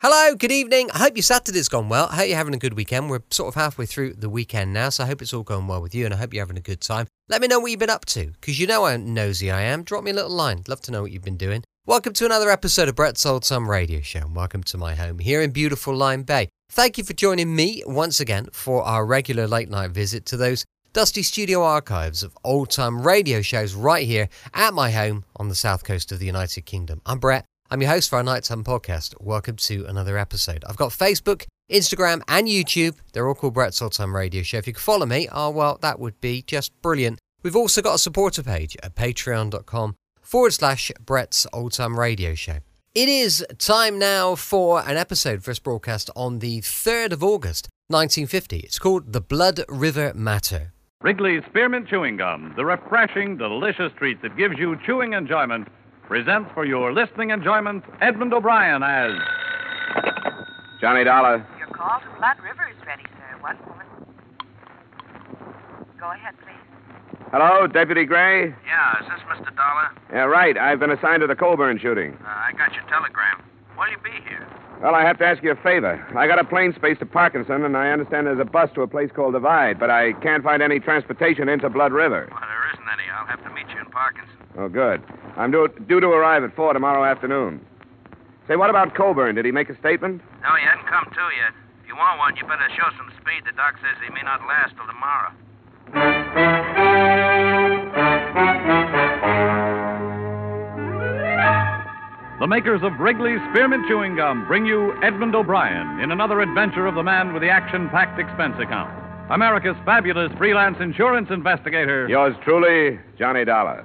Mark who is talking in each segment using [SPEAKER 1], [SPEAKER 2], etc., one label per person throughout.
[SPEAKER 1] Hello, good evening. I hope your Saturday's gone well. I hope you're having a good weekend. We're sort of halfway through the weekend now, so I hope it's all going well with you and I hope you're having a good time. Let me know what you've been up to, because you know how nosy I am. Drop me a little line. Love to know what you've been doing. Welcome to another episode of Brett's Old Time Radio Show, and welcome to my home here in beautiful Lime Bay. Thank you for joining me once again for our regular late night visit to those dusty studio archives of old time radio shows right here at my home on the south coast of the United Kingdom. I'm Brett. I'm your host for our Nighttime podcast. Welcome to another episode. I've got Facebook, Instagram, and YouTube. They're all called Brett's Old Time Radio Show. If you could follow me, oh, well, that would be just brilliant. We've also got a supporter page at patreon.com forward slash Brett's Old Time Radio Show. It is time now for an episode first broadcast on the 3rd of August, 1950. It's called The Blood River Matter.
[SPEAKER 2] Wrigley's Spearmint Chewing Gum, the refreshing, delicious treat that gives you chewing enjoyment, presents for your listening enjoyment Edmund O'Brien as.
[SPEAKER 3] Johnny Dollar.
[SPEAKER 4] Your call from Blood River is ready, sir. One moment. Go ahead, please.
[SPEAKER 3] Hello, Deputy Gray.
[SPEAKER 5] Yeah, is this Mr. Dollar?
[SPEAKER 3] Yeah, right. I've been assigned to the Colburn shooting.
[SPEAKER 5] Uh, I got your telegram. Will you be here?
[SPEAKER 3] Well, I have to ask you a favor. I got a plane space to Parkinson, and I understand there's a bus to a place called Divide, but I can't find any transportation into Blood River.
[SPEAKER 5] Well, there isn't any. I'll have to meet you in Parkinson.
[SPEAKER 3] Oh, good. I'm due, due to arrive at four tomorrow afternoon. Say, what about Colburn? Did he make a statement?
[SPEAKER 5] No, he hasn't come to yet. If you want one, you better show some speed. The doc says he may not last till tomorrow.
[SPEAKER 2] The makers of Wrigley's Spearmint Chewing Gum bring you Edmund O'Brien in another adventure of the man with the action packed expense account. America's fabulous freelance insurance investigator.
[SPEAKER 3] Yours truly, Johnny Dollar.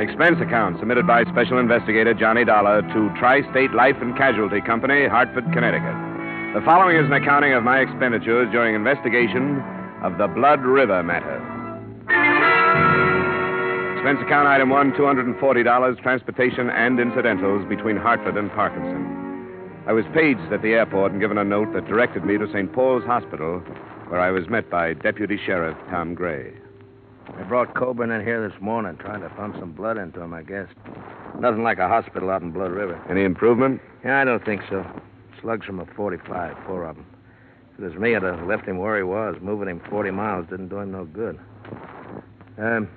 [SPEAKER 3] Expense account submitted by Special Investigator Johnny Dollar to Tri State Life and Casualty Company, Hartford, Connecticut. The following is an accounting of my expenditures during investigation of the Blood River matter. Expense account item one $240, transportation and incidentals between Hartford and Parkinson. I was paged at the airport and given a note that directed me to St. Paul's Hospital, where I was met by Deputy Sheriff Tom Gray.
[SPEAKER 6] They brought Coburn in here this morning, trying to pump some blood into him, I guess. Nothing like a hospital out in Blood River.
[SPEAKER 3] Any improvement?
[SPEAKER 6] Yeah, I don't think so. Slugs from a 45, four of them. If it was me, I'd have left him where he was. Moving him 40 miles didn't do him no good. Um,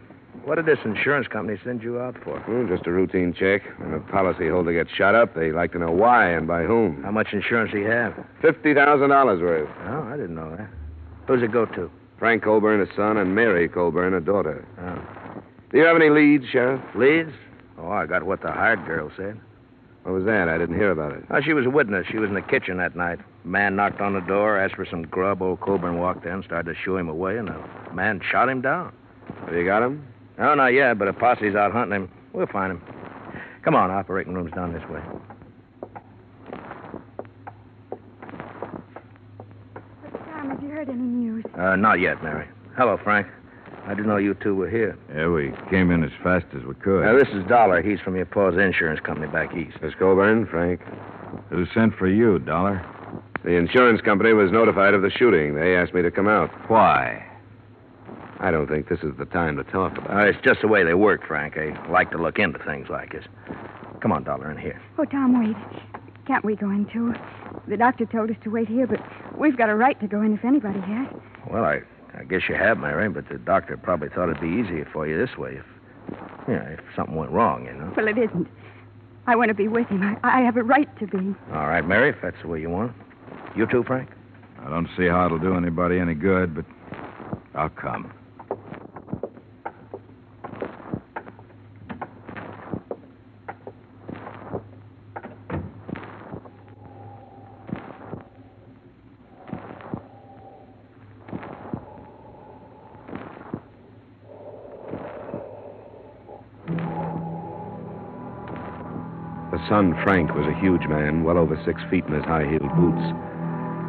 [SPEAKER 6] what did this insurance company send you out for?
[SPEAKER 3] Well, just a routine check. When a policyholder gets shot up, they like to know why and by whom.
[SPEAKER 6] How much insurance do you have?
[SPEAKER 3] $50,000 worth.
[SPEAKER 6] Oh, I didn't know that. Who's it go to?
[SPEAKER 3] Frank Colburn, a son, and Mary Colburn, a daughter.
[SPEAKER 6] Oh.
[SPEAKER 3] Do you have any leads, Sheriff?
[SPEAKER 6] Leeds? Oh, I got what the hired girl said.
[SPEAKER 3] What was that? I didn't hear about it.
[SPEAKER 6] Oh, she was a witness. She was in the kitchen that night. Man knocked on the door, asked for some grub. Old Coburn walked in, started to shoo him away, and a man shot him down.
[SPEAKER 3] Have you got him?
[SPEAKER 6] Oh, no, yeah, but a posse's out hunting him. We'll find him. Come on, operating room's down this way.
[SPEAKER 7] Tom, have you heard any news?
[SPEAKER 6] Uh, not yet, Mary. Hello, Frank. I didn't know you two were here.
[SPEAKER 8] Yeah, we came in as fast as we could.
[SPEAKER 6] Now, this is Dollar. He's from your pa's insurance company back east.
[SPEAKER 3] Miss Colburn, Frank.
[SPEAKER 8] It was sent for you, Dollar.
[SPEAKER 3] The insurance company was notified of the shooting. They asked me to come out.
[SPEAKER 8] Why?
[SPEAKER 3] I don't think this is the time to talk about
[SPEAKER 6] Uh, it's just the way they work, Frank. They like to look into things like this. Come on, Dollar, in here.
[SPEAKER 7] Oh, Tom, wait. Can't we go in, too? The doctor told us to wait here, but we've got a right to go in if anybody has.
[SPEAKER 6] Well, I, I guess you have, Mary, but the doctor probably thought it'd be easier for you this way if, yeah, if something went wrong, you know.
[SPEAKER 7] Well, it isn't. I want to be with him. I, I have a right to be.
[SPEAKER 6] All right, Mary, if that's the way you want it. You too, Frank?
[SPEAKER 8] I don't see how it'll do anybody any good, but
[SPEAKER 6] Oh,
[SPEAKER 8] I'll come.
[SPEAKER 3] The son, Frank, was a huge man, well over six feet in his high heeled boots.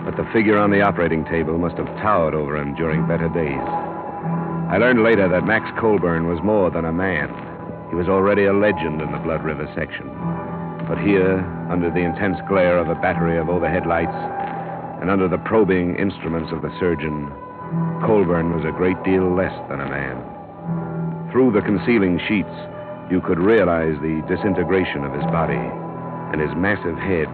[SPEAKER 3] But the figure on the operating table must have towered over him during better days. I learned later that Max Colburn was more than a man. He was already a legend in the Blood River section. But here, under the intense glare of a battery of overhead lights, and under the probing instruments of the surgeon, Colburn was a great deal less than a man. Through the concealing sheets, you could realize the disintegration of his body and his massive head,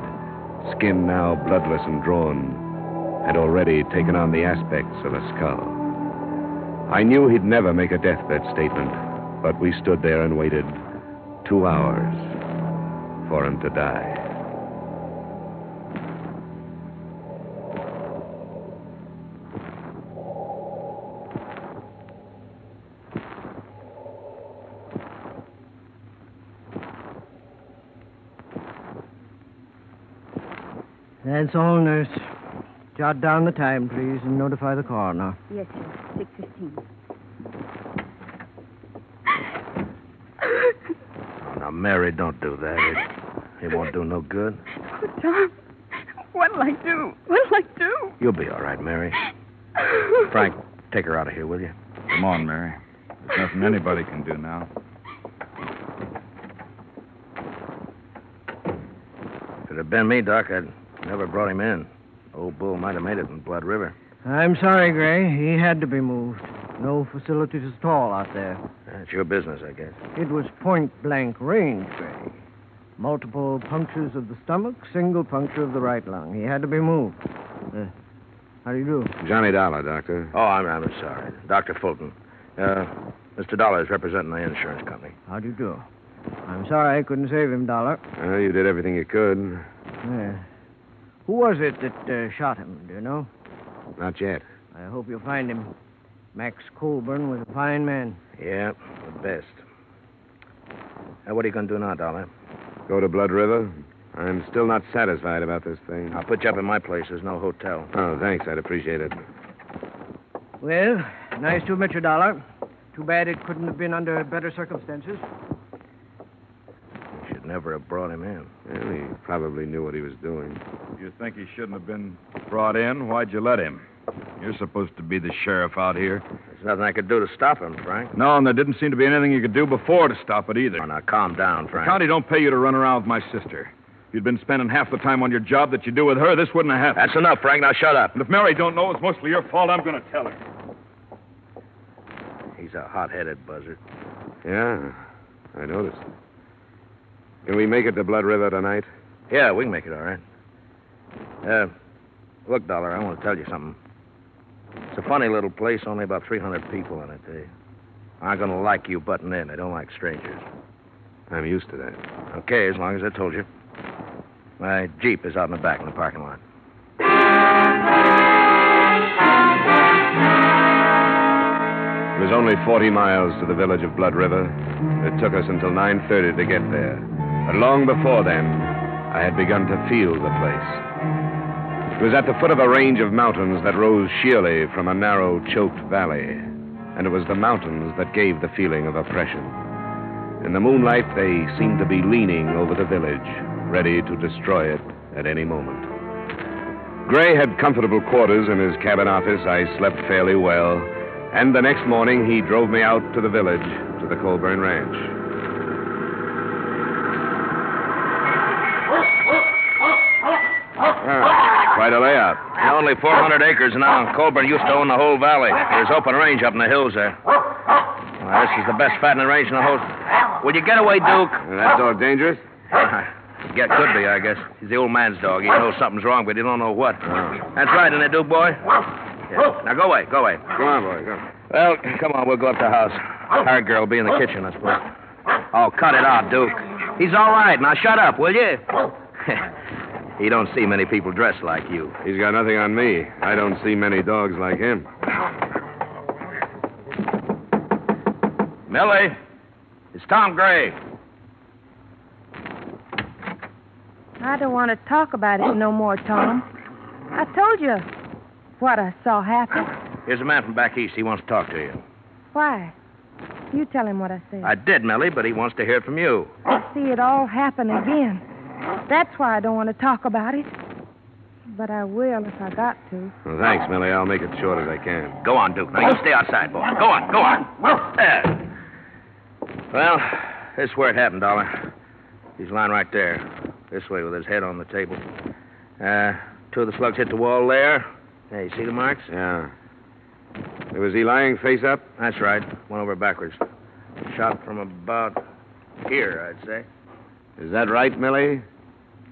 [SPEAKER 3] skin now bloodless and drawn, had already taken on the aspects of a skull. I knew he'd never make a deathbed statement, but we stood there and waited two hours for him to die.
[SPEAKER 9] That's all, nurse. Jot down the time, please, and notify the coroner.
[SPEAKER 7] Yes, sir. Six fifteen.
[SPEAKER 6] Now, Mary, don't do that. It, it won't do no good.
[SPEAKER 7] Oh, Tom. What'll I do? What'll I do?
[SPEAKER 6] You'll be all right, Mary. Frank, take her out of here, will you?
[SPEAKER 8] Come on, Mary. There's nothing anybody can do now.
[SPEAKER 6] If it had been me, Doc, I'd never brought him in. Old Bull might have made it in Blood River.
[SPEAKER 9] I'm sorry, Gray. He had to be moved. No facilities at all out there.
[SPEAKER 6] That's your business, I guess.
[SPEAKER 9] It was point blank range, Gray. Multiple punctures of the stomach, single puncture of the right lung. He had to be moved. Uh, how do you do?
[SPEAKER 3] Johnny Dollar, Doctor.
[SPEAKER 6] Oh, I'm, I'm sorry. Dr. Fulton. Uh, Mr. Dollar is representing the insurance company.
[SPEAKER 9] How do you do? I'm sorry I couldn't save him, Dollar.
[SPEAKER 3] Uh, you did everything you could.
[SPEAKER 9] Yeah. Who was it that uh, shot him? Do you know?
[SPEAKER 3] Not yet.
[SPEAKER 9] I hope you'll find him. Max Colburn was a fine man.
[SPEAKER 6] Yeah, the best. Now, what are you going to do now, Dollar?
[SPEAKER 3] Go to Blood River? I'm still not satisfied about this thing.
[SPEAKER 6] I'll put you up in my place. There's no hotel.
[SPEAKER 3] Oh, thanks. I'd appreciate it.
[SPEAKER 9] Well, nice to have met you, Dollar. Too bad it couldn't have been under better circumstances.
[SPEAKER 6] You should never have brought him in.
[SPEAKER 3] Well, he probably knew what he was doing.
[SPEAKER 8] You think he shouldn't have been brought in? Why'd you let him? You're supposed to be the sheriff out here.
[SPEAKER 6] There's nothing I could do to stop him, Frank.
[SPEAKER 8] No, and there didn't seem to be anything you could do before to stop it either.
[SPEAKER 6] Oh, now, calm down,
[SPEAKER 8] The
[SPEAKER 6] Frank.
[SPEAKER 8] county don't pay you to run around with my sister. If you'd been spending half the time on your job that you do with her, this wouldn't have happened.
[SPEAKER 6] That's enough, Frank. Now, shut up.
[SPEAKER 8] And if Mary don't know, it's mostly your fault. I'm going to tell her.
[SPEAKER 6] He's a hot-headed buzzard.
[SPEAKER 3] Yeah, I noticed. Can we make it to Blood River tonight?
[SPEAKER 6] Yeah, we can make it all right. Uh, look, Dollar, I want to tell you something. It's a funny little place, only about 300 people in it. They aren't going to like you butting in. They don't like strangers.
[SPEAKER 3] I'm used to that.
[SPEAKER 6] Okay, as long as I told you. My Jeep is out in the back in the parking lot.
[SPEAKER 3] It was only 40 miles to the village of Blood River. It took us until 9.30 to get there. But long before then, I had begun to feel the place. It was at the foot of a range of mountains that rose sheerly from a narrow, choked valley. And it was the mountains that gave the feeling of oppression. In the moonlight, they seemed to be leaning over the village, ready to destroy it at any moment. Gray had comfortable quarters in his cabin office. I slept fairly well. And the next morning, he drove me out to the village, to the Colburn Ranch. Ah, quite a layout.
[SPEAKER 6] Yeah, only 400 acres now. Colburn used to own the whole valley. There's open range up in the hills there. Well, this is the best fattening range in the whole. Will you get away, Duke?
[SPEAKER 3] That dog dangerous?
[SPEAKER 6] Yeah, could be, I guess. He's the old man's dog. He knows something's wrong, but he don't know what. That's right, isn't it, Duke boy? Yeah. Now go away, go away.
[SPEAKER 3] Come on, boy, come.
[SPEAKER 6] Well, come on, we'll go up to the house. Our girl will be in the kitchen, I suppose. Oh, cut it out, Duke. He's all right. Now shut up, will you? he don't see many people dressed like you.
[SPEAKER 3] He's got nothing on me. I don't see many dogs like him.
[SPEAKER 6] Millie, it's Tom Gray.
[SPEAKER 10] I don't want to talk about it no more, Tom. I told you what I saw happen.
[SPEAKER 6] Here's a man from back east. He wants to talk to you.
[SPEAKER 10] Why? You tell him what I said.
[SPEAKER 6] I did, Millie, but he wants to hear it from you.
[SPEAKER 10] see it all happen again. That's why I don't want to talk about it. But I will if I got to.
[SPEAKER 3] Well, thanks, Millie. I'll make it short as I can.
[SPEAKER 5] Go on, Duke. Now, you stay outside, boy. Go on, go on.
[SPEAKER 6] There. Well, this is where it happened, Dollar. He's lying right there, this way, with his head on the table. Uh, two of the slugs hit the wall there. Hey, you see the marks?
[SPEAKER 3] Yeah. Was he lying face up?
[SPEAKER 6] That's right. Went over backwards. Shot from about here, I'd say.
[SPEAKER 3] Is that right, Millie?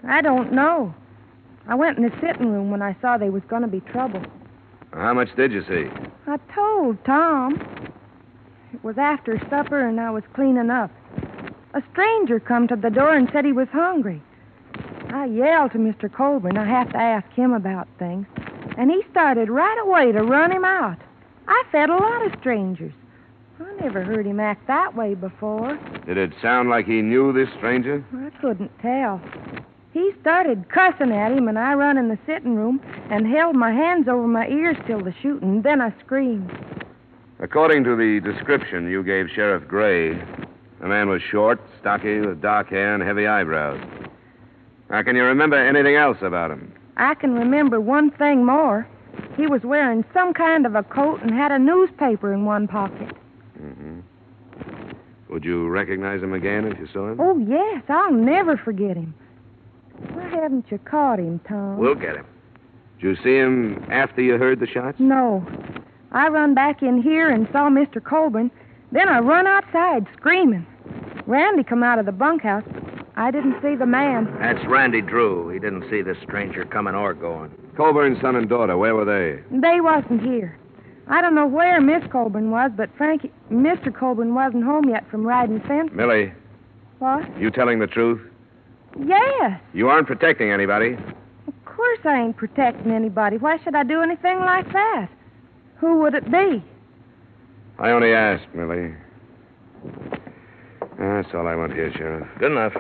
[SPEAKER 10] I don't know. I went in the sitting room when I saw there was going to be trouble.
[SPEAKER 3] How much did you see?
[SPEAKER 10] I told Tom. It was after supper and I was cleaning up. A stranger come to the door and said he was hungry. I yelled to Mr. Colburn I have to ask him about things, and he started right away to run him out. I fed a lot of strangers. I never heard him act that way before.
[SPEAKER 3] Did it sound like he knew this stranger?
[SPEAKER 10] I couldn't tell. He started cussing at him, and I run in the sitting room and held my hands over my ears till the shooting. Then I screamed.
[SPEAKER 3] According to the description you gave Sheriff Gray, the man was short, stocky, with dark hair and heavy eyebrows. Now, can you remember anything else about him?
[SPEAKER 10] I can remember one thing more. He was wearing some kind of a coat and had a newspaper in one pocket.
[SPEAKER 3] Mm-hmm. Would you recognize him again if you saw him?
[SPEAKER 10] Oh, yes, I'll never forget him. Why haven't you caught him, Tom?
[SPEAKER 6] We'll get him.
[SPEAKER 3] Did you see him after you heard the shots?
[SPEAKER 10] No. I run back in here and saw Mr. Colburn. Then I run outside screaming. Randy come out of the bunkhouse. but I didn't see the man.
[SPEAKER 6] That's Randy Drew. He didn't see this stranger coming or going.
[SPEAKER 3] Colburn's son and daughter, where were they?
[SPEAKER 10] They wasn't here. I don't know where Miss Colburn was, but Frankie, Mr. Colburn wasn't home yet from riding fence.
[SPEAKER 3] Millie,
[SPEAKER 10] What?
[SPEAKER 3] you telling the truth?
[SPEAKER 10] Yes.
[SPEAKER 3] You aren't protecting anybody.
[SPEAKER 10] Of course I ain't protecting anybody. Why should I do anything like that? Who would it be?
[SPEAKER 3] I only asked, Millie. That's all I want here, Sheriff.
[SPEAKER 6] Good enough.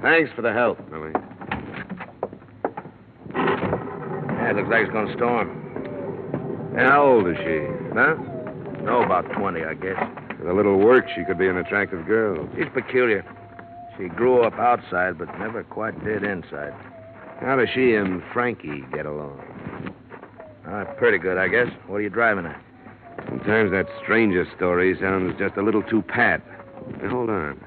[SPEAKER 3] Thanks for the help, Millie.
[SPEAKER 6] Yeah, it looks like it's going to storm.
[SPEAKER 3] How old is she? Huh?
[SPEAKER 6] No, about 20, I guess.
[SPEAKER 3] With a little work, she could be an attractive girl.
[SPEAKER 6] She's peculiar. She grew up outside, but never quite did inside.
[SPEAKER 3] How does she and Frankie get along?
[SPEAKER 6] Uh, pretty good, I guess. What are you driving at?
[SPEAKER 3] Sometimes that stranger story sounds just a little too pat. Now, hold on.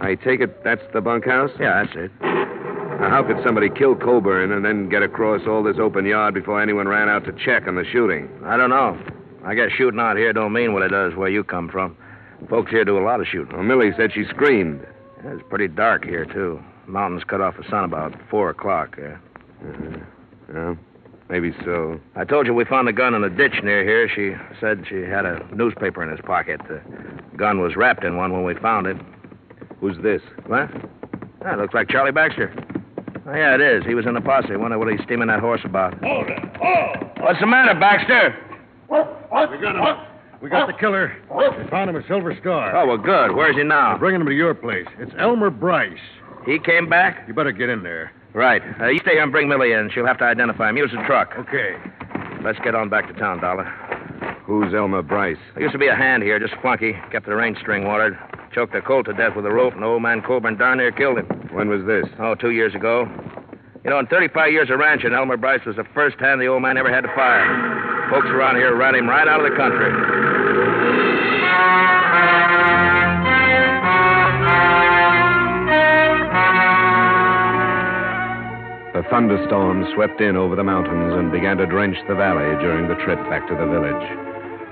[SPEAKER 3] I take it that's the bunkhouse?
[SPEAKER 6] Yeah, that's it.
[SPEAKER 3] Now, how could somebody kill Coburn and then get across all this open yard before anyone ran out to check on the shooting?
[SPEAKER 6] I don't know. I guess shooting out here don't mean what it does where you come from. Folks here do a lot of shooting.
[SPEAKER 3] Well, Millie said she screamed.
[SPEAKER 6] Yeah, It's pretty dark here, too. Mountains cut off the sun about 4 o'clock. Uh,
[SPEAKER 3] Uh-huh. Well, maybe so.
[SPEAKER 6] I told you we found a gun in a ditch near here. She said she had a newspaper in his pocket. The gun was wrapped in one when we found it.
[SPEAKER 3] Who's this?
[SPEAKER 6] What? That Ah, looks like Charlie Baxter. Oh, yeah, it is. He was in the posse. Wonder what he's steaming that horse about.
[SPEAKER 11] Hold it. Oh!
[SPEAKER 6] What's the matter, Baxter?
[SPEAKER 11] What? What? We got him.
[SPEAKER 12] We got the killer. We found him at Silver Star.
[SPEAKER 6] Oh, well, good. Where's he
[SPEAKER 12] We're
[SPEAKER 6] now?
[SPEAKER 12] bringing him to your place. It's Elmer Bryce.
[SPEAKER 6] He came back?
[SPEAKER 12] You better get in there.
[SPEAKER 6] Right. Uh, you stay here and bring Millie in. She'll have to identify him. Use the truck.
[SPEAKER 12] Okay.
[SPEAKER 6] Let's get on back to town, Dollar.
[SPEAKER 3] Who's Elmer Bryce?
[SPEAKER 6] There used to be a hand here, just a flunky. Kept the range string watered. Choked a colt to death with a rope, and old man Coburn darn near killed him.
[SPEAKER 3] When was this?
[SPEAKER 6] Oh, two years ago. You know, in 35 years of ranching, Elmer Bryce was the first hand the old man ever had to fire. Folks around here ran him right out of the country.
[SPEAKER 3] A thunderstorm swept in over the mountains and began to drench the valley during the trip back to the village.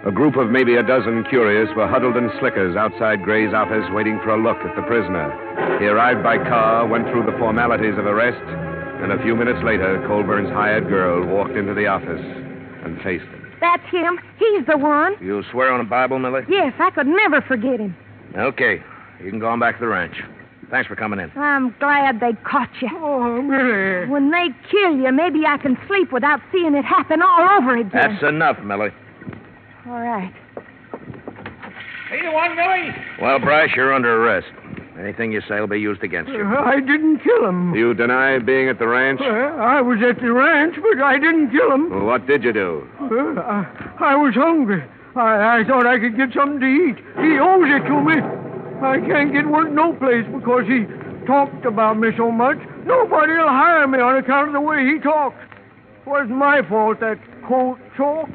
[SPEAKER 3] A group of maybe a dozen curious were huddled in slickers outside Gray's office waiting for a look at the prisoner. He arrived by car, went through the formalities of arrest, and a few minutes later, Colburn's hired girl walked into the office and faced him.
[SPEAKER 10] That's him. He's the one.
[SPEAKER 6] You swear on the Bible, Millie?
[SPEAKER 10] Yes, I could never forget him.
[SPEAKER 6] Okay. You can go on back to the ranch. Thanks for coming in.
[SPEAKER 10] I'm glad they caught you. Oh, Mary. When they kill you, maybe I can sleep without seeing it happen all over again.
[SPEAKER 6] That's enough, Millie.
[SPEAKER 10] All right.
[SPEAKER 11] Three to one, Millie.
[SPEAKER 6] Well, Bryce, you're under arrest. Anything you say will be used against you.
[SPEAKER 13] Uh, I didn't kill him. Uh-huh.
[SPEAKER 3] You deny being at the ranch?
[SPEAKER 13] Well, I was at the ranch, but I didn't kill him.
[SPEAKER 3] Well, what did you do?
[SPEAKER 13] Well, I, I was hungry. I, I thought I could get something to eat. He owes it to me. I can't get work no place because he talked about me so much. Nobody'll hire me on account of the way he talks. It wasn't my fault that colt choked.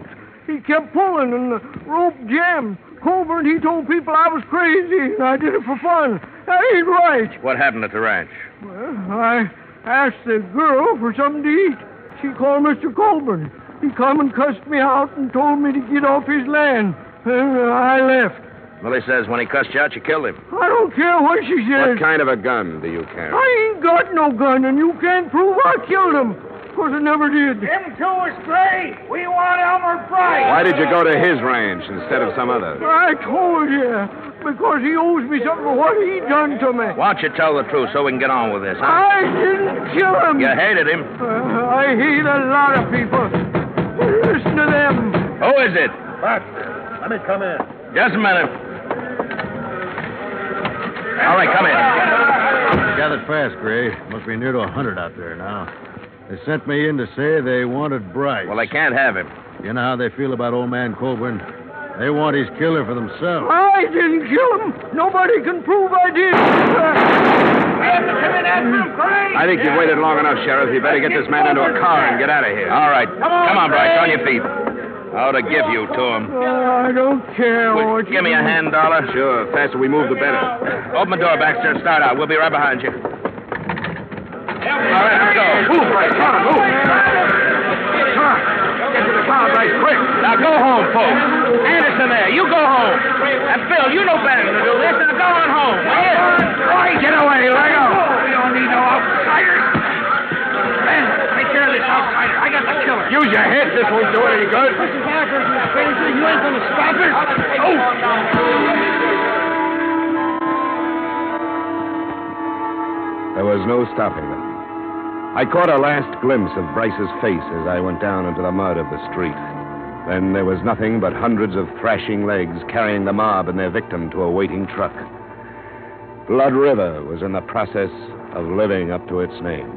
[SPEAKER 13] He kept pulling and the rope jammed. Colburn, he told people I was crazy and I did it for fun. That ain't right.
[SPEAKER 12] What happened at the ranch?
[SPEAKER 13] Well, I asked the girl for something to eat. She called Mr. Colburn. He come and cussed me out and told me to get off his land. And I left.
[SPEAKER 6] Willie says when he cussed you out, you killed him.
[SPEAKER 13] I don't care what she says.
[SPEAKER 3] What kind of a gun do you carry?
[SPEAKER 13] I ain't got no gun, and you can't prove I killed him. Of course, I never did.
[SPEAKER 11] Him two is gray. We want Elmer Bright.
[SPEAKER 3] Why did you go to his ranch instead of some other?
[SPEAKER 13] I told you, because he owes me something for what he done to me.
[SPEAKER 6] Why don't you tell the truth so we can get on with this, huh?
[SPEAKER 13] I didn't kill him.
[SPEAKER 6] You hated him.
[SPEAKER 13] Uh, I hate a lot of people. Listen to them.
[SPEAKER 6] Who is it?
[SPEAKER 12] But let me come in.
[SPEAKER 6] Just a minute. All right, come in.
[SPEAKER 12] Gathered fast, Gray. Must be near to a hundred out there now. They sent me in to say they wanted Bryce.
[SPEAKER 6] Well, they can't have him.
[SPEAKER 12] You know how they feel about old man Coburn. They want his killer for themselves.
[SPEAKER 13] I didn't kill him. Nobody can prove I did.
[SPEAKER 3] I think you've waited long enough, Sheriff. You better get this man into a car and get out of here.
[SPEAKER 6] All right. Come on, Bryce. On your feet. How to give you to him.
[SPEAKER 13] Uh, I don't care what you
[SPEAKER 6] Give me a hand, Dollar.
[SPEAKER 3] Sure. Faster we move, the better.
[SPEAKER 6] Open the door, Baxter, and start out. We'll be right behind you.
[SPEAKER 11] All right, let's go.
[SPEAKER 3] Move, Bryce. Come on, move.
[SPEAKER 11] Get to the car, Bryce, quick.
[SPEAKER 6] Now go home, folks. Anderson there, you go home. And Phil, you know better than to do this. Now go on home.
[SPEAKER 11] Get away, let go. We don't need no outsiders. Ben, take care of this outsider. I got the killer.
[SPEAKER 3] Use your head. This won't do any good.
[SPEAKER 11] backwards, you crazy. You ain't gonna stop it.
[SPEAKER 3] There was no stopping them. I caught a last glimpse of Bryce's face as I went down into the mud of the street. Then there was nothing but hundreds of thrashing legs carrying the mob and their victim to a waiting truck. Blood River was in the process of living up to its name.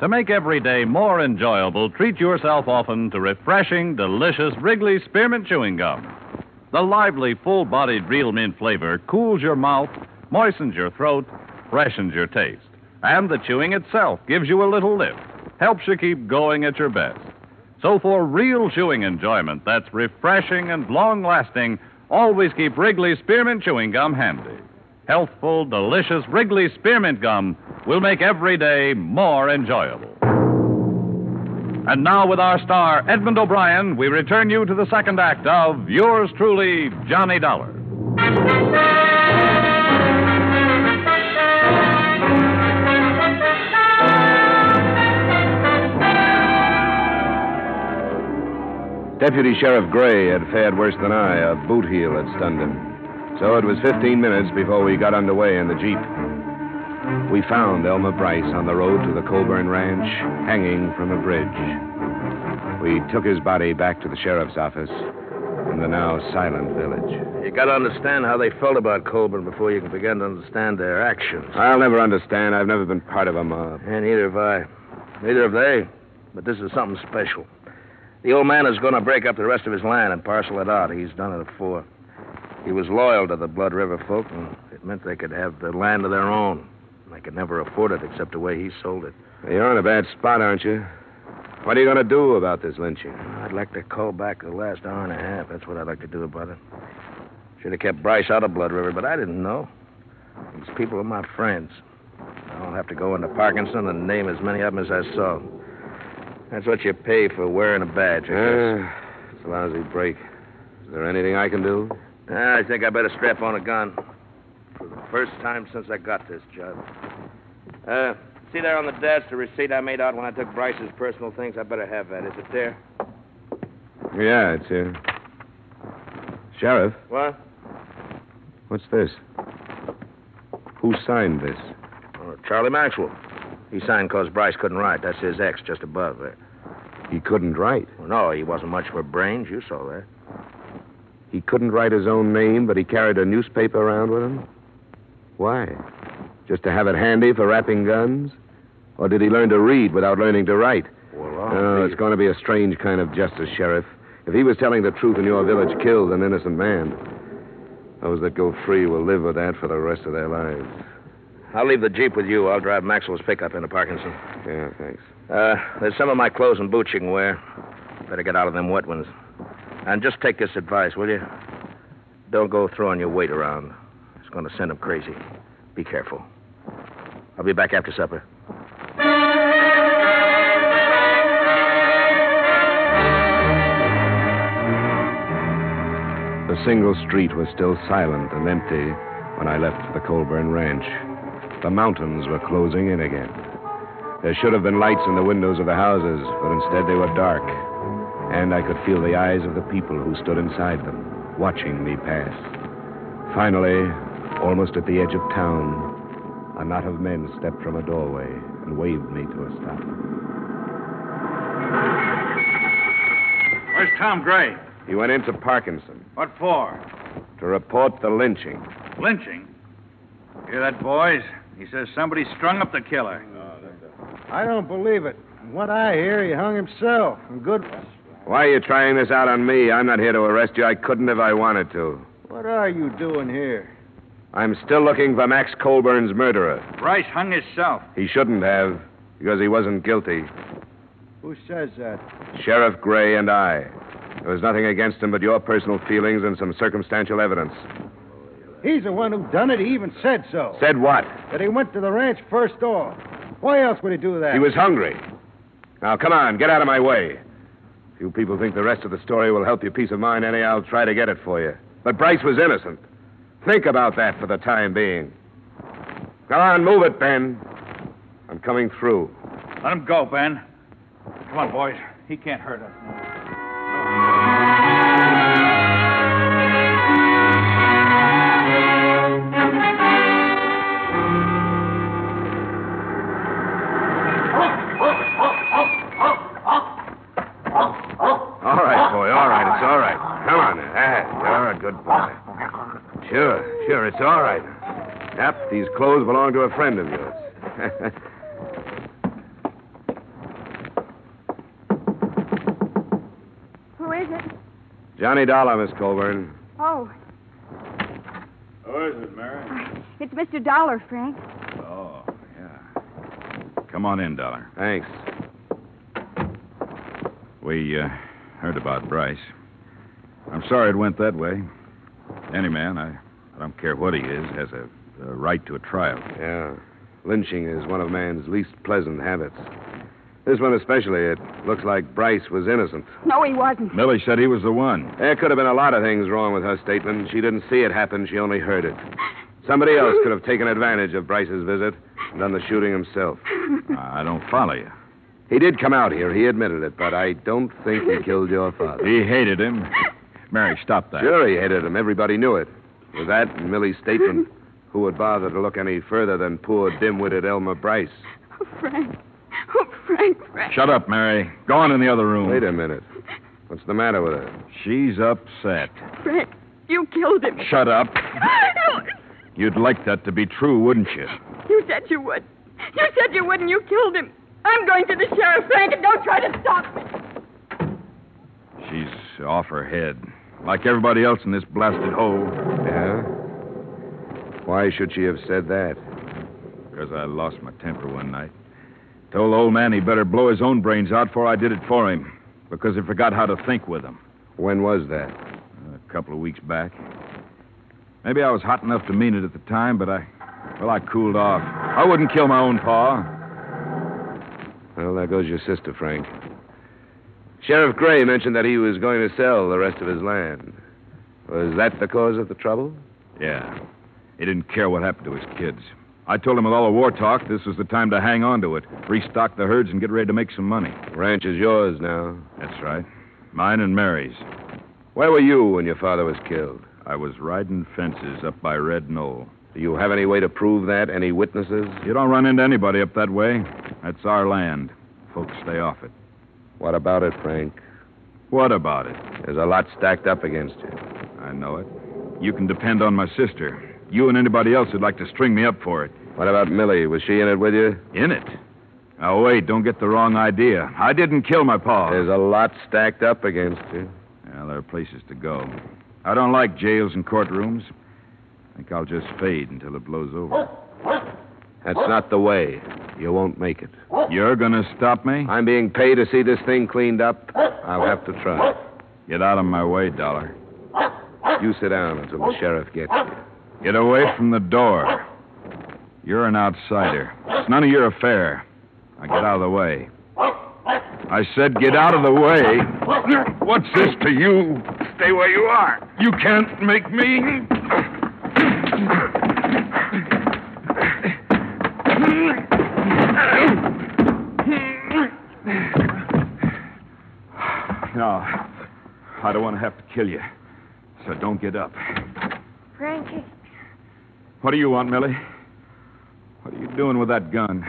[SPEAKER 2] To make every day more enjoyable, treat yourself often to refreshing, delicious Wrigley Spearmint Chewing Gum. The lively, full bodied real mint flavor cools your mouth, moistens your throat, freshens your taste. And the chewing itself gives you a little lift, helps you keep going at your best. So, for real chewing enjoyment that's refreshing and long lasting, always keep Wrigley Spearmint Chewing Gum handy. Healthful, delicious Wrigley Spearmint Gum will make every day more enjoyable. And now, with our star, Edmund O'Brien, we return you to the second act of Yours Truly, Johnny Dollar.
[SPEAKER 3] Deputy Sheriff Gray had fared worse than I. A boot heel had stunned him. So it was 15 minutes before we got underway in the Jeep. We found Elmer Bryce on the road to the Colburn Ranch, hanging from a bridge. We took his body back to the sheriff's office in the now silent village.
[SPEAKER 6] You gotta understand how they felt about Colburn before you can begin to understand their actions.
[SPEAKER 3] I'll never understand. I've never been part of a mob.
[SPEAKER 6] And neither have I. Neither have they. But this is something special. The old man is going to break up the rest of his land and parcel it out. He's done it before. He was loyal to the Blood River folk, and it meant they could have the land of their own. They could never afford it except the way he sold it.
[SPEAKER 3] You're in a bad spot, aren't you? What are you going to do about this lynching?
[SPEAKER 6] I'd like to call back the last hour and a half. That's what I'd like to do about it. Should have kept Bryce out of Blood River, but I didn't know. These people are my friends. I'll have to go into Parkinson and name as many of them as I saw. That's what you pay for wearing a badge, I guess.
[SPEAKER 3] Uh, it's a lousy break. Is there anything I can do?
[SPEAKER 6] Ah, I think I better strap on a gun. For the first time since I got this job. Uh, see there on the desk the receipt I made out when I took Bryce's personal things? I better have that. Is it there?
[SPEAKER 3] Yeah, it's here. Sheriff,
[SPEAKER 6] What?
[SPEAKER 3] what's this? Who signed this?
[SPEAKER 6] Oh, Charlie Maxwell. He signed 'cause Bryce couldn't write. That's his X just above there.
[SPEAKER 3] He couldn't write.
[SPEAKER 6] Well, no, he wasn't much for brains. You saw that.
[SPEAKER 3] He couldn't write his own name, but he carried a newspaper around with him? Why? Just to have it handy for wrapping guns? Or did he learn to read without learning to write? No, it's going to be a strange kind of justice, Sheriff. If he was telling the truth and your village killed an innocent man, those that go free will live with that for the rest of their lives.
[SPEAKER 9] I'll leave the Jeep with you. I'll drive Maxwell's pickup into Parkinson.
[SPEAKER 3] Yeah, thanks.
[SPEAKER 9] Uh, there's some of my clothes and boots you can wear. Better get out of them wet ones. And just take this advice, will you? Don't go throwing your weight around. It's going to send him crazy. Be careful. I'll be back after supper.
[SPEAKER 3] The single street was still silent and empty when I left the Colburn Ranch. The mountains were closing in again. There should have been lights in the windows of the houses, but instead they were dark. And I could feel the eyes of the people who stood inside them, watching me pass. Finally, almost at the edge of town, a knot of men stepped from a doorway and waved me to a stop.
[SPEAKER 14] Where's Tom Gray?
[SPEAKER 3] He went into Parkinson
[SPEAKER 14] What for?
[SPEAKER 3] to report the lynching.
[SPEAKER 14] Lynching. Hear that, boys? He says somebody strung up the killer.
[SPEAKER 13] I don't believe it. From What I hear, he hung himself. And good.
[SPEAKER 3] Why are you trying this out on me? I'm not here to arrest you. I couldn't if I wanted to.
[SPEAKER 13] What are you doing here?
[SPEAKER 3] I'm still looking for Max Colburn's murderer.
[SPEAKER 14] Bryce hung himself.
[SPEAKER 3] He shouldn't have, because he wasn't guilty.
[SPEAKER 13] Who says that?
[SPEAKER 3] Sheriff Gray and I. There was nothing against him but your personal feelings and some circumstantial evidence.
[SPEAKER 13] He's the one who done it. He even said so.
[SPEAKER 3] Said what?
[SPEAKER 13] That he went to the ranch first off. Why else would he do that?
[SPEAKER 3] He was hungry. Now, come on, get out of my way. If you people think the rest of the story will help your peace of mind any, I'll try to get it for you. But Bryce was innocent. Think about that for the time being. Come on, move it, Ben. I'm coming through.
[SPEAKER 14] Let him go, Ben. Come on, boys. He can't hurt us.
[SPEAKER 3] All right, boy, all right, it's all right. Come on, ah, you're a good boy. Sure, sure, it's all right. Yep, these clothes belong to a friend of yours.
[SPEAKER 10] Who is it?
[SPEAKER 3] Johnny Dollar, Miss Colburn.
[SPEAKER 10] Oh, Uh,
[SPEAKER 15] Who is it, Mary?
[SPEAKER 10] it's Mr. Dollar, Frank.
[SPEAKER 15] Oh, yeah.
[SPEAKER 2] Come on in, Dollar.
[SPEAKER 3] Thanks.
[SPEAKER 2] We uh, heard about Bryce. I'm sorry it went that way. Any man, I, I don't care what he is, has a, a right to a trial.
[SPEAKER 3] Yeah. Lynching is one of man's least pleasant habits. This one especially, it looks like Bryce was innocent.
[SPEAKER 10] No, he wasn't.
[SPEAKER 3] Millie said he was the one. There could have been a lot of things wrong with her statement. She didn't see it happen, she only heard it. Somebody else could have taken advantage of Bryce's visit and done the shooting himself. I don't follow you. He did come out here, he admitted it, but I don't think he killed your father. He hated him. Mary, stop that. Sure, he hated him. Everybody knew it. With that and Millie's statement, who would bother to look any further than poor dim witted Elmer Bryce?
[SPEAKER 10] Frank. Oh, Frank, Frank.
[SPEAKER 2] Shut up, Mary. Go on in the other room.
[SPEAKER 3] Wait a minute. What's the matter with her?
[SPEAKER 2] She's upset.
[SPEAKER 10] Frank, you killed him.
[SPEAKER 2] Shut up.
[SPEAKER 10] You,
[SPEAKER 2] You'd like that to be true, wouldn't you?
[SPEAKER 10] you said you would. You said you would, and you killed him. I'm going to the sheriff, Frank, and don't try to stop me.
[SPEAKER 2] She's off her head, like everybody else in this blasted hole.
[SPEAKER 3] Yeah? Why should she have said that?
[SPEAKER 2] Because I lost my temper one night. Told old man he better blow his own brains out before I did it for him, because he forgot how to think with him.
[SPEAKER 3] When was that?
[SPEAKER 2] A couple of weeks back. Maybe I was hot enough to mean it at the time, but I, well, I cooled off. I wouldn't kill my own pa.
[SPEAKER 3] Well, there goes your sister, Frank. Sheriff Gray mentioned that he was going to sell the rest of his land. Was that the cause of the trouble?
[SPEAKER 2] Yeah. He didn't care what happened to his kids. I told him with all the war talk, this was the time to hang on to it, restock the herds, and get ready to make some money.
[SPEAKER 3] Ranch is yours now.
[SPEAKER 2] That's right. Mine and Mary's.
[SPEAKER 3] Where were you when your father was killed?
[SPEAKER 2] I was riding fences up by Red Knoll.
[SPEAKER 3] Do you have any way to prove that? Any witnesses?
[SPEAKER 2] You don't run into anybody up that way. That's our land. Folks stay off it.
[SPEAKER 3] What about it, Frank?
[SPEAKER 2] What about it?
[SPEAKER 3] There's a lot stacked up against you.
[SPEAKER 2] I know it. You can depend on my sister. You and anybody else who'd like to string me up for it.
[SPEAKER 3] What about Millie? Was she in it with you?
[SPEAKER 8] In it? Now, wait, don't get the wrong idea. I didn't kill my pa.
[SPEAKER 3] There's a lot stacked up against you.
[SPEAKER 8] Yeah, there are places to go. I don't like jails and courtrooms. I think I'll just fade until it blows over.
[SPEAKER 3] That's not the way. You won't make it.
[SPEAKER 8] You're gonna stop me?
[SPEAKER 3] I'm being paid to see this thing cleaned up. I'll have to try.
[SPEAKER 8] Get out of my way, Dollar.
[SPEAKER 3] You sit down until the sheriff gets here.
[SPEAKER 8] Get away from the door. You're an outsider. It's none of your affair. Now get out of the way. I said get out of the way. What's this to you?
[SPEAKER 11] Stay where you are.
[SPEAKER 8] You can't make me. No, I don't want to have to kill you. So don't get up.
[SPEAKER 16] Frankie,
[SPEAKER 8] What do you want, Millie? What are you doing with that gun?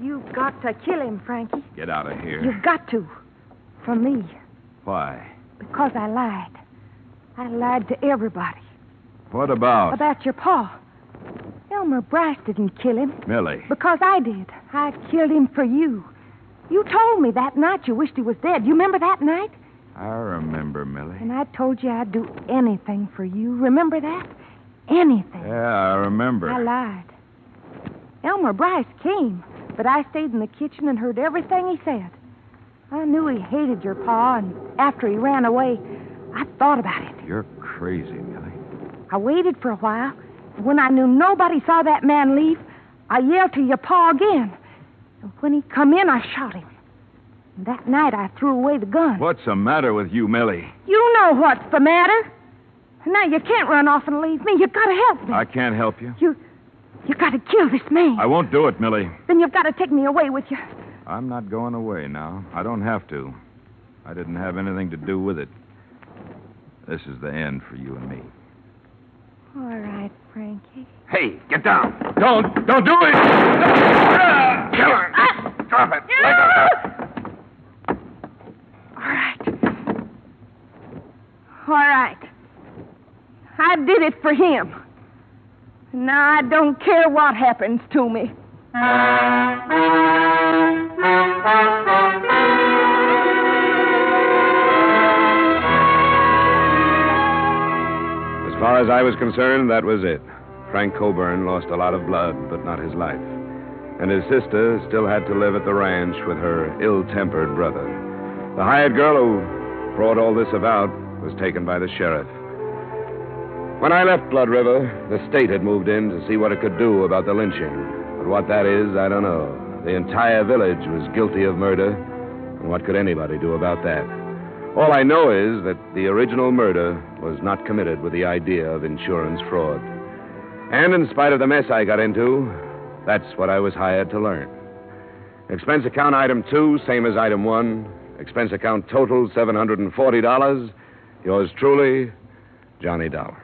[SPEAKER 10] You've got to kill him, Frankie.
[SPEAKER 8] Get out of here.
[SPEAKER 10] You've got to. For me,
[SPEAKER 8] Why?
[SPEAKER 10] because I lied. I lied to everybody.
[SPEAKER 8] What about
[SPEAKER 10] About your pa. Elmer Bryce didn't kill him
[SPEAKER 8] Millie?
[SPEAKER 10] because I did. I killed him for you. You told me that night you wished he was dead. You remember that night?
[SPEAKER 8] I remember Millie.
[SPEAKER 10] And I told you I'd do anything for you. Remember that? Anything.
[SPEAKER 8] Yeah, I remember.
[SPEAKER 10] I lied. Elmer Bryce came, but I stayed in the kitchen and heard everything he said. I knew he hated your pa, and after he ran away, I thought about it.
[SPEAKER 8] You're crazy, Millie.
[SPEAKER 10] I waited for a while. and When I knew nobody saw that man leave, I yelled to your pa again. And when he come in, I shot him. And that night, I threw away the gun.
[SPEAKER 8] What's the matter with you, Millie?
[SPEAKER 10] You know what's the matter. Now you can't run off and leave me. You gotta help me.
[SPEAKER 8] I can't help you.
[SPEAKER 10] You gotta kill this man.
[SPEAKER 8] I won't do it, Millie.
[SPEAKER 10] Then you've gotta take me away with you.
[SPEAKER 8] I'm not going away now. I don't have to. I didn't have anything to do with it. This is the end for you and me.
[SPEAKER 16] all right, Frankie.
[SPEAKER 11] Hey, get down.
[SPEAKER 8] Don't, don't Ah, do it!
[SPEAKER 11] Kill her. Drop it.
[SPEAKER 10] All right. I did it for him. Now I don't care what happens to me.
[SPEAKER 3] As far as I was concerned, that was it. Frank Coburn lost a lot of blood, but not his life. And his sister still had to live at the ranch with her ill tempered brother. The hired girl who brought all this about was taken by the sheriff. When I left Blood River, the state had moved in to see what it could do about the lynching. But what that is, I don't know. The entire village was guilty of murder, and what could anybody do about that? All I know is that the original murder was not committed with the idea of insurance fraud. And in spite of the mess I got into, that's what I was hired to learn. Expense account item two, same as item one. Expense account total $740. Yours truly, Johnny Dollar.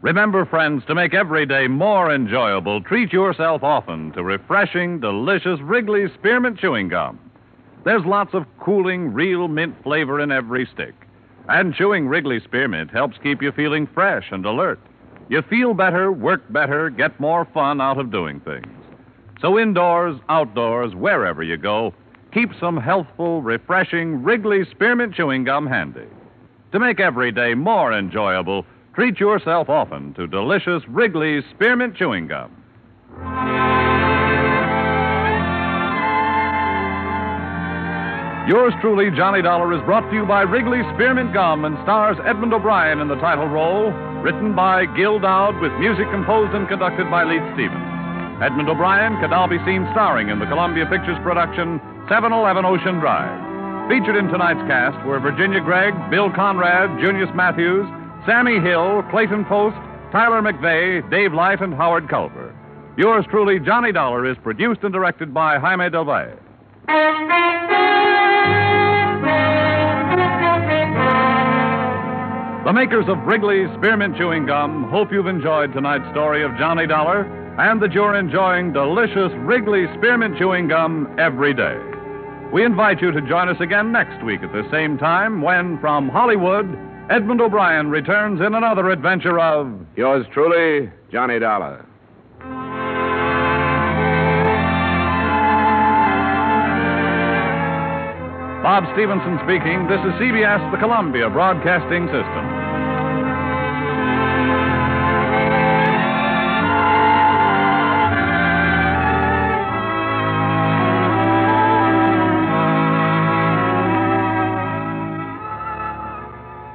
[SPEAKER 2] Remember, friends, to make every day more enjoyable, treat yourself often to refreshing, delicious Wrigley's Spearmint Chewing Gum. There's lots of cooling, real mint flavor in every stick. And chewing Wrigley Spearmint helps keep you feeling fresh and alert. You feel better, work better, get more fun out of doing things. So, indoors, outdoors, wherever you go, keep some healthful, refreshing Wrigley Spearmint Chewing Gum handy. To make every day more enjoyable, treat yourself often to delicious Wrigley's Spearmint Chewing Gum. Yours truly, Johnny Dollar, is brought to you by Wrigley's Spearmint Gum and stars Edmund O'Brien in the title role, written by Gil Dowd with music composed and conducted by Leith Stevens. Edmund O'Brien can now be seen starring in the Columbia Pictures production 711 Ocean Drive. Featured in tonight's cast were Virginia Gregg, Bill Conrad, Junius Matthews, Sammy Hill, Clayton Post, Tyler McVeigh, Dave Light, and Howard Culver. Yours truly, Johnny Dollar, is produced and directed by Jaime Del Valle. The makers of Wrigley's Spearmint Chewing Gum hope you've enjoyed tonight's story of Johnny Dollar and that you're enjoying delicious Wrigley Spearmint Chewing Gum every day. We invite you to join us again next week at the same time when, from Hollywood, Edmund O'Brien returns in another adventure of.
[SPEAKER 3] Yours truly, Johnny Dollar.
[SPEAKER 2] Bob Stevenson speaking. This is CBS, the Columbia Broadcasting System.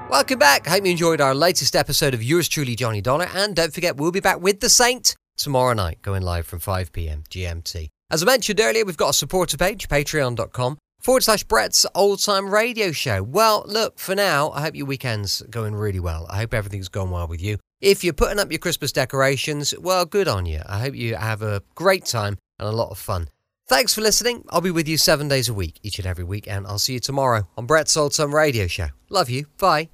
[SPEAKER 1] Welcome back. Hope you enjoyed our latest episode of Yours Truly, Johnny Dollar. And don't forget, we'll be back with The Saint tomorrow night, going live from 5 p.m. GMT. As I mentioned earlier, we've got a supporter page, patreon.com forward slash Brett's Old Time Radio Show. Well, look, for now, I hope your weekend's going really well. I hope everything's gone well with you. If you're putting up your Christmas decorations, well, good on you. I hope you have a great time and a lot of fun. Thanks for listening. I'll be with you seven days a week, each and every week, and I'll see you tomorrow on Brett's Old Time Radio Show. Love you. Bye.